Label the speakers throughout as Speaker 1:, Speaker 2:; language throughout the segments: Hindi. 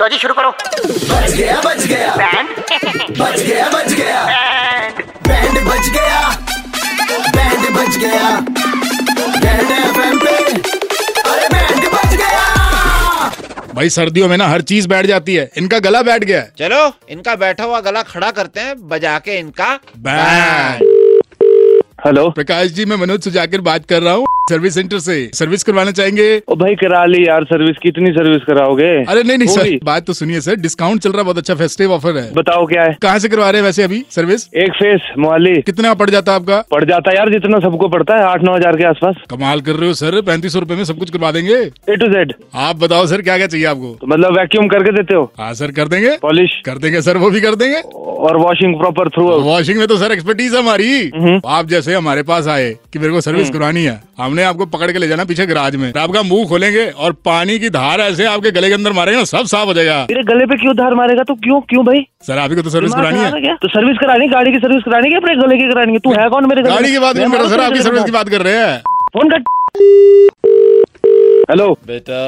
Speaker 1: लो जी शुरू करो
Speaker 2: बच गया बच गया
Speaker 1: बैंड
Speaker 2: बच गया बच गया
Speaker 1: बैंड
Speaker 2: बैंड बच गया बैंड बच गया बैंड एफएम पे अरे बैंड बच गया
Speaker 3: भाई सर्दियों में ना हर चीज बैठ जाती है इनका गला बैठ गया है
Speaker 4: चलो इनका बैठा हुआ गला खड़ा करते हैं बजा के इनका
Speaker 3: बैंड
Speaker 5: हेलो
Speaker 3: प्रकाश जी मैं मनोज सुजाकर बात कर रहा हूँ सर्विस सेंटर से सर्विस करवाना चाहेंगे
Speaker 5: ओ भाई करा ली यार सर्विस कितनी सर्विस कराओगे
Speaker 3: अरे नहीं नहीं
Speaker 5: वो
Speaker 3: सर
Speaker 5: भी।
Speaker 3: बात तो सुनिए सर डिस्काउंट चल रहा है बहुत अच्छा फेस्टिव ऑफर है
Speaker 5: बताओ क्या है
Speaker 3: कहाँ से करवा रहे हैं वैसे अभी सर्विस
Speaker 5: एक फेस मोहाली
Speaker 3: कितना पड़ जाता है आपका
Speaker 5: पड़ जाता है यार जितना सबको पड़ता है आठ नौ हजार के आसपास
Speaker 3: कमाल कर रहे हो सर पैंतीस सौ रूपये में सब कुछ करवा देंगे
Speaker 5: ए टू जेड
Speaker 3: आप बताओ सर क्या क्या चाहिए आपको
Speaker 5: तो मतलब वैक्यूम करके देते हो
Speaker 3: हाँ सर कर देंगे
Speaker 5: पॉलिश
Speaker 3: कर देंगे सर वो भी कर देंगे
Speaker 5: और वॉशिंग प्रॉपर थ्रू
Speaker 3: वॉशिंग में तो सर एक्सपर्टीज है हमारी
Speaker 5: हम्म।
Speaker 3: आप जैसे हमारे पास आए कि मेरे को सर्विस करानी है हमने आपको पकड़ के ले जाना पीछे गराज में आपका मुंह खोलेंगे और पानी की धार ऐसे आपके गले के अंदर मारेंगे ना सब साफ हो जाएगा
Speaker 5: तेरे गले पे क्यों धार मारेगा तू क्यों क्यों भाई
Speaker 3: सर आपको तो सर्विस
Speaker 5: दिमाग
Speaker 3: करानी
Speaker 5: खराब है
Speaker 3: है
Speaker 5: क्या? तो सर्विस करानी गाड़ी की सर्विस करानी है अपने गले की करानी है तू है कौन मेरे गले
Speaker 3: गाड़ी की बात
Speaker 5: मैं
Speaker 3: नहीं कर रहा सर
Speaker 5: मारूं
Speaker 3: आपकी
Speaker 5: तेरे
Speaker 3: सर्विस
Speaker 5: गले
Speaker 3: की बात कर रहे हैं
Speaker 5: पे। फोन कट हेलो
Speaker 4: बेटा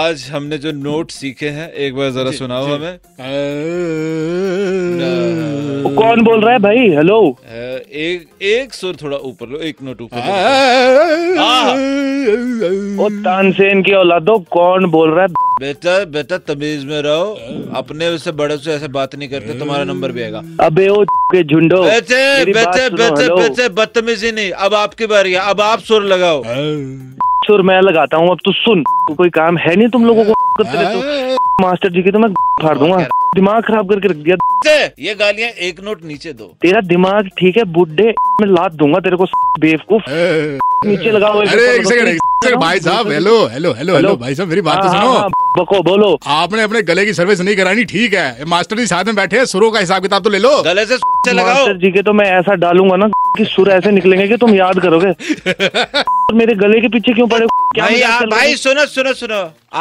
Speaker 4: आज हमने जो नोट सीखे हैं एक बार जरा सुनाओ हमें
Speaker 5: हाँ। वो कौन बोल रहा है भाई हेलो
Speaker 4: अ, एक एक सुर थोड़ा ऊपर लो एक नोट ऊपर लो।
Speaker 5: ओ
Speaker 3: Hmm.
Speaker 5: तानसेन की औलादो कौन बोल रहा है
Speaker 4: बेटा बेटा तमीज में रहो अपने उससे बड़े से ऐसे बात नहीं करते तुम्हारा नंबर भी आएगा
Speaker 5: अबे ओ के झुंडो
Speaker 4: बेटे
Speaker 5: मेरी बात
Speaker 4: बेटे
Speaker 5: सुनो,
Speaker 4: बेटे
Speaker 5: hello।
Speaker 4: बेटे बदतमीजी नहीं अब आपकी बारी है अब आप सुर लगाओ
Speaker 5: सुर मैं लगाता हूँ अब तू सुन कोई काम है नहीं तुम लोगों को करते रहते हो। मास्टर जी की तो मैं फाड़ दूंगा दिमाग खराब करके रख दिया
Speaker 4: बेटे, ये गालियां एक नोट नीचे दो
Speaker 5: तेरा दिमाग ठीक है बुढ़े मैं लात दूंगा तेरे को बेवकूफ नीचे लगाओ एक
Speaker 3: अरे
Speaker 5: ऊपर
Speaker 3: एक
Speaker 5: लगाओ,
Speaker 3: सेकंड
Speaker 5: तुम
Speaker 3: एक सेकंड भाई साहब हेलो हेलो हेलो हेलो भाई साहब मेरी बात तो
Speaker 5: हाँ, हाँ,
Speaker 3: सुनो
Speaker 5: हाँ, बको बोलो
Speaker 3: आपने अपने गले की सर्विस नहीं करानी ठीक है मास्टर जी साथ में बैठे हैं सुरों का हिसाब किताब तो ले लो
Speaker 4: गले से से लगाओ
Speaker 5: मास्टर जी के तो मैं ऐसा डालूंगा ना कि सुर ऐसे निकलेंगे कि तुम याद करोगे और मेरे गले के पीछे क्यों पड़े हो? क्या
Speaker 4: भाई आप
Speaker 5: मजाक चल रहा है? हाँ।
Speaker 4: भाई सुनो सुनो सुनो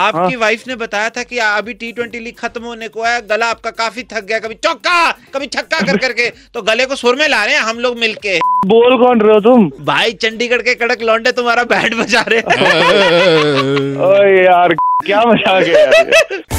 Speaker 4: आपकी वाइफ ने बताया था कि अभी टी ट्वेंटी लीग खत्म होने को है गला आपका काफी थक गया कभी चौका कभी छक्का कर करके तो गले को सुर में ला रहे हैं हम लोग मिलके
Speaker 5: बोल कौन रहे हो तुम
Speaker 4: भाई चंडीगढ़ के कड़क लौंडे तुम्हारा बैंड बजा रहे हैं
Speaker 3: हाँ।
Speaker 5: ओए यार क्या मजाक है यार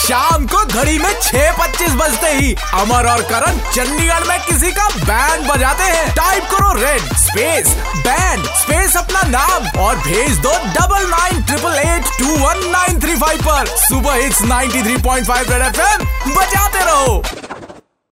Speaker 6: शाम को घड़ी में छह पच्चीस बजते ही अमर और करण चंडीगढ़ में किसी का बैंड बजाते हैं टाइप करो रेड स्पेस बैंड स्पेस अपना नाम और भेज दो double nine triple eight two one nine three five पर सुबह hits 93.5 three point five red F बजाते रहो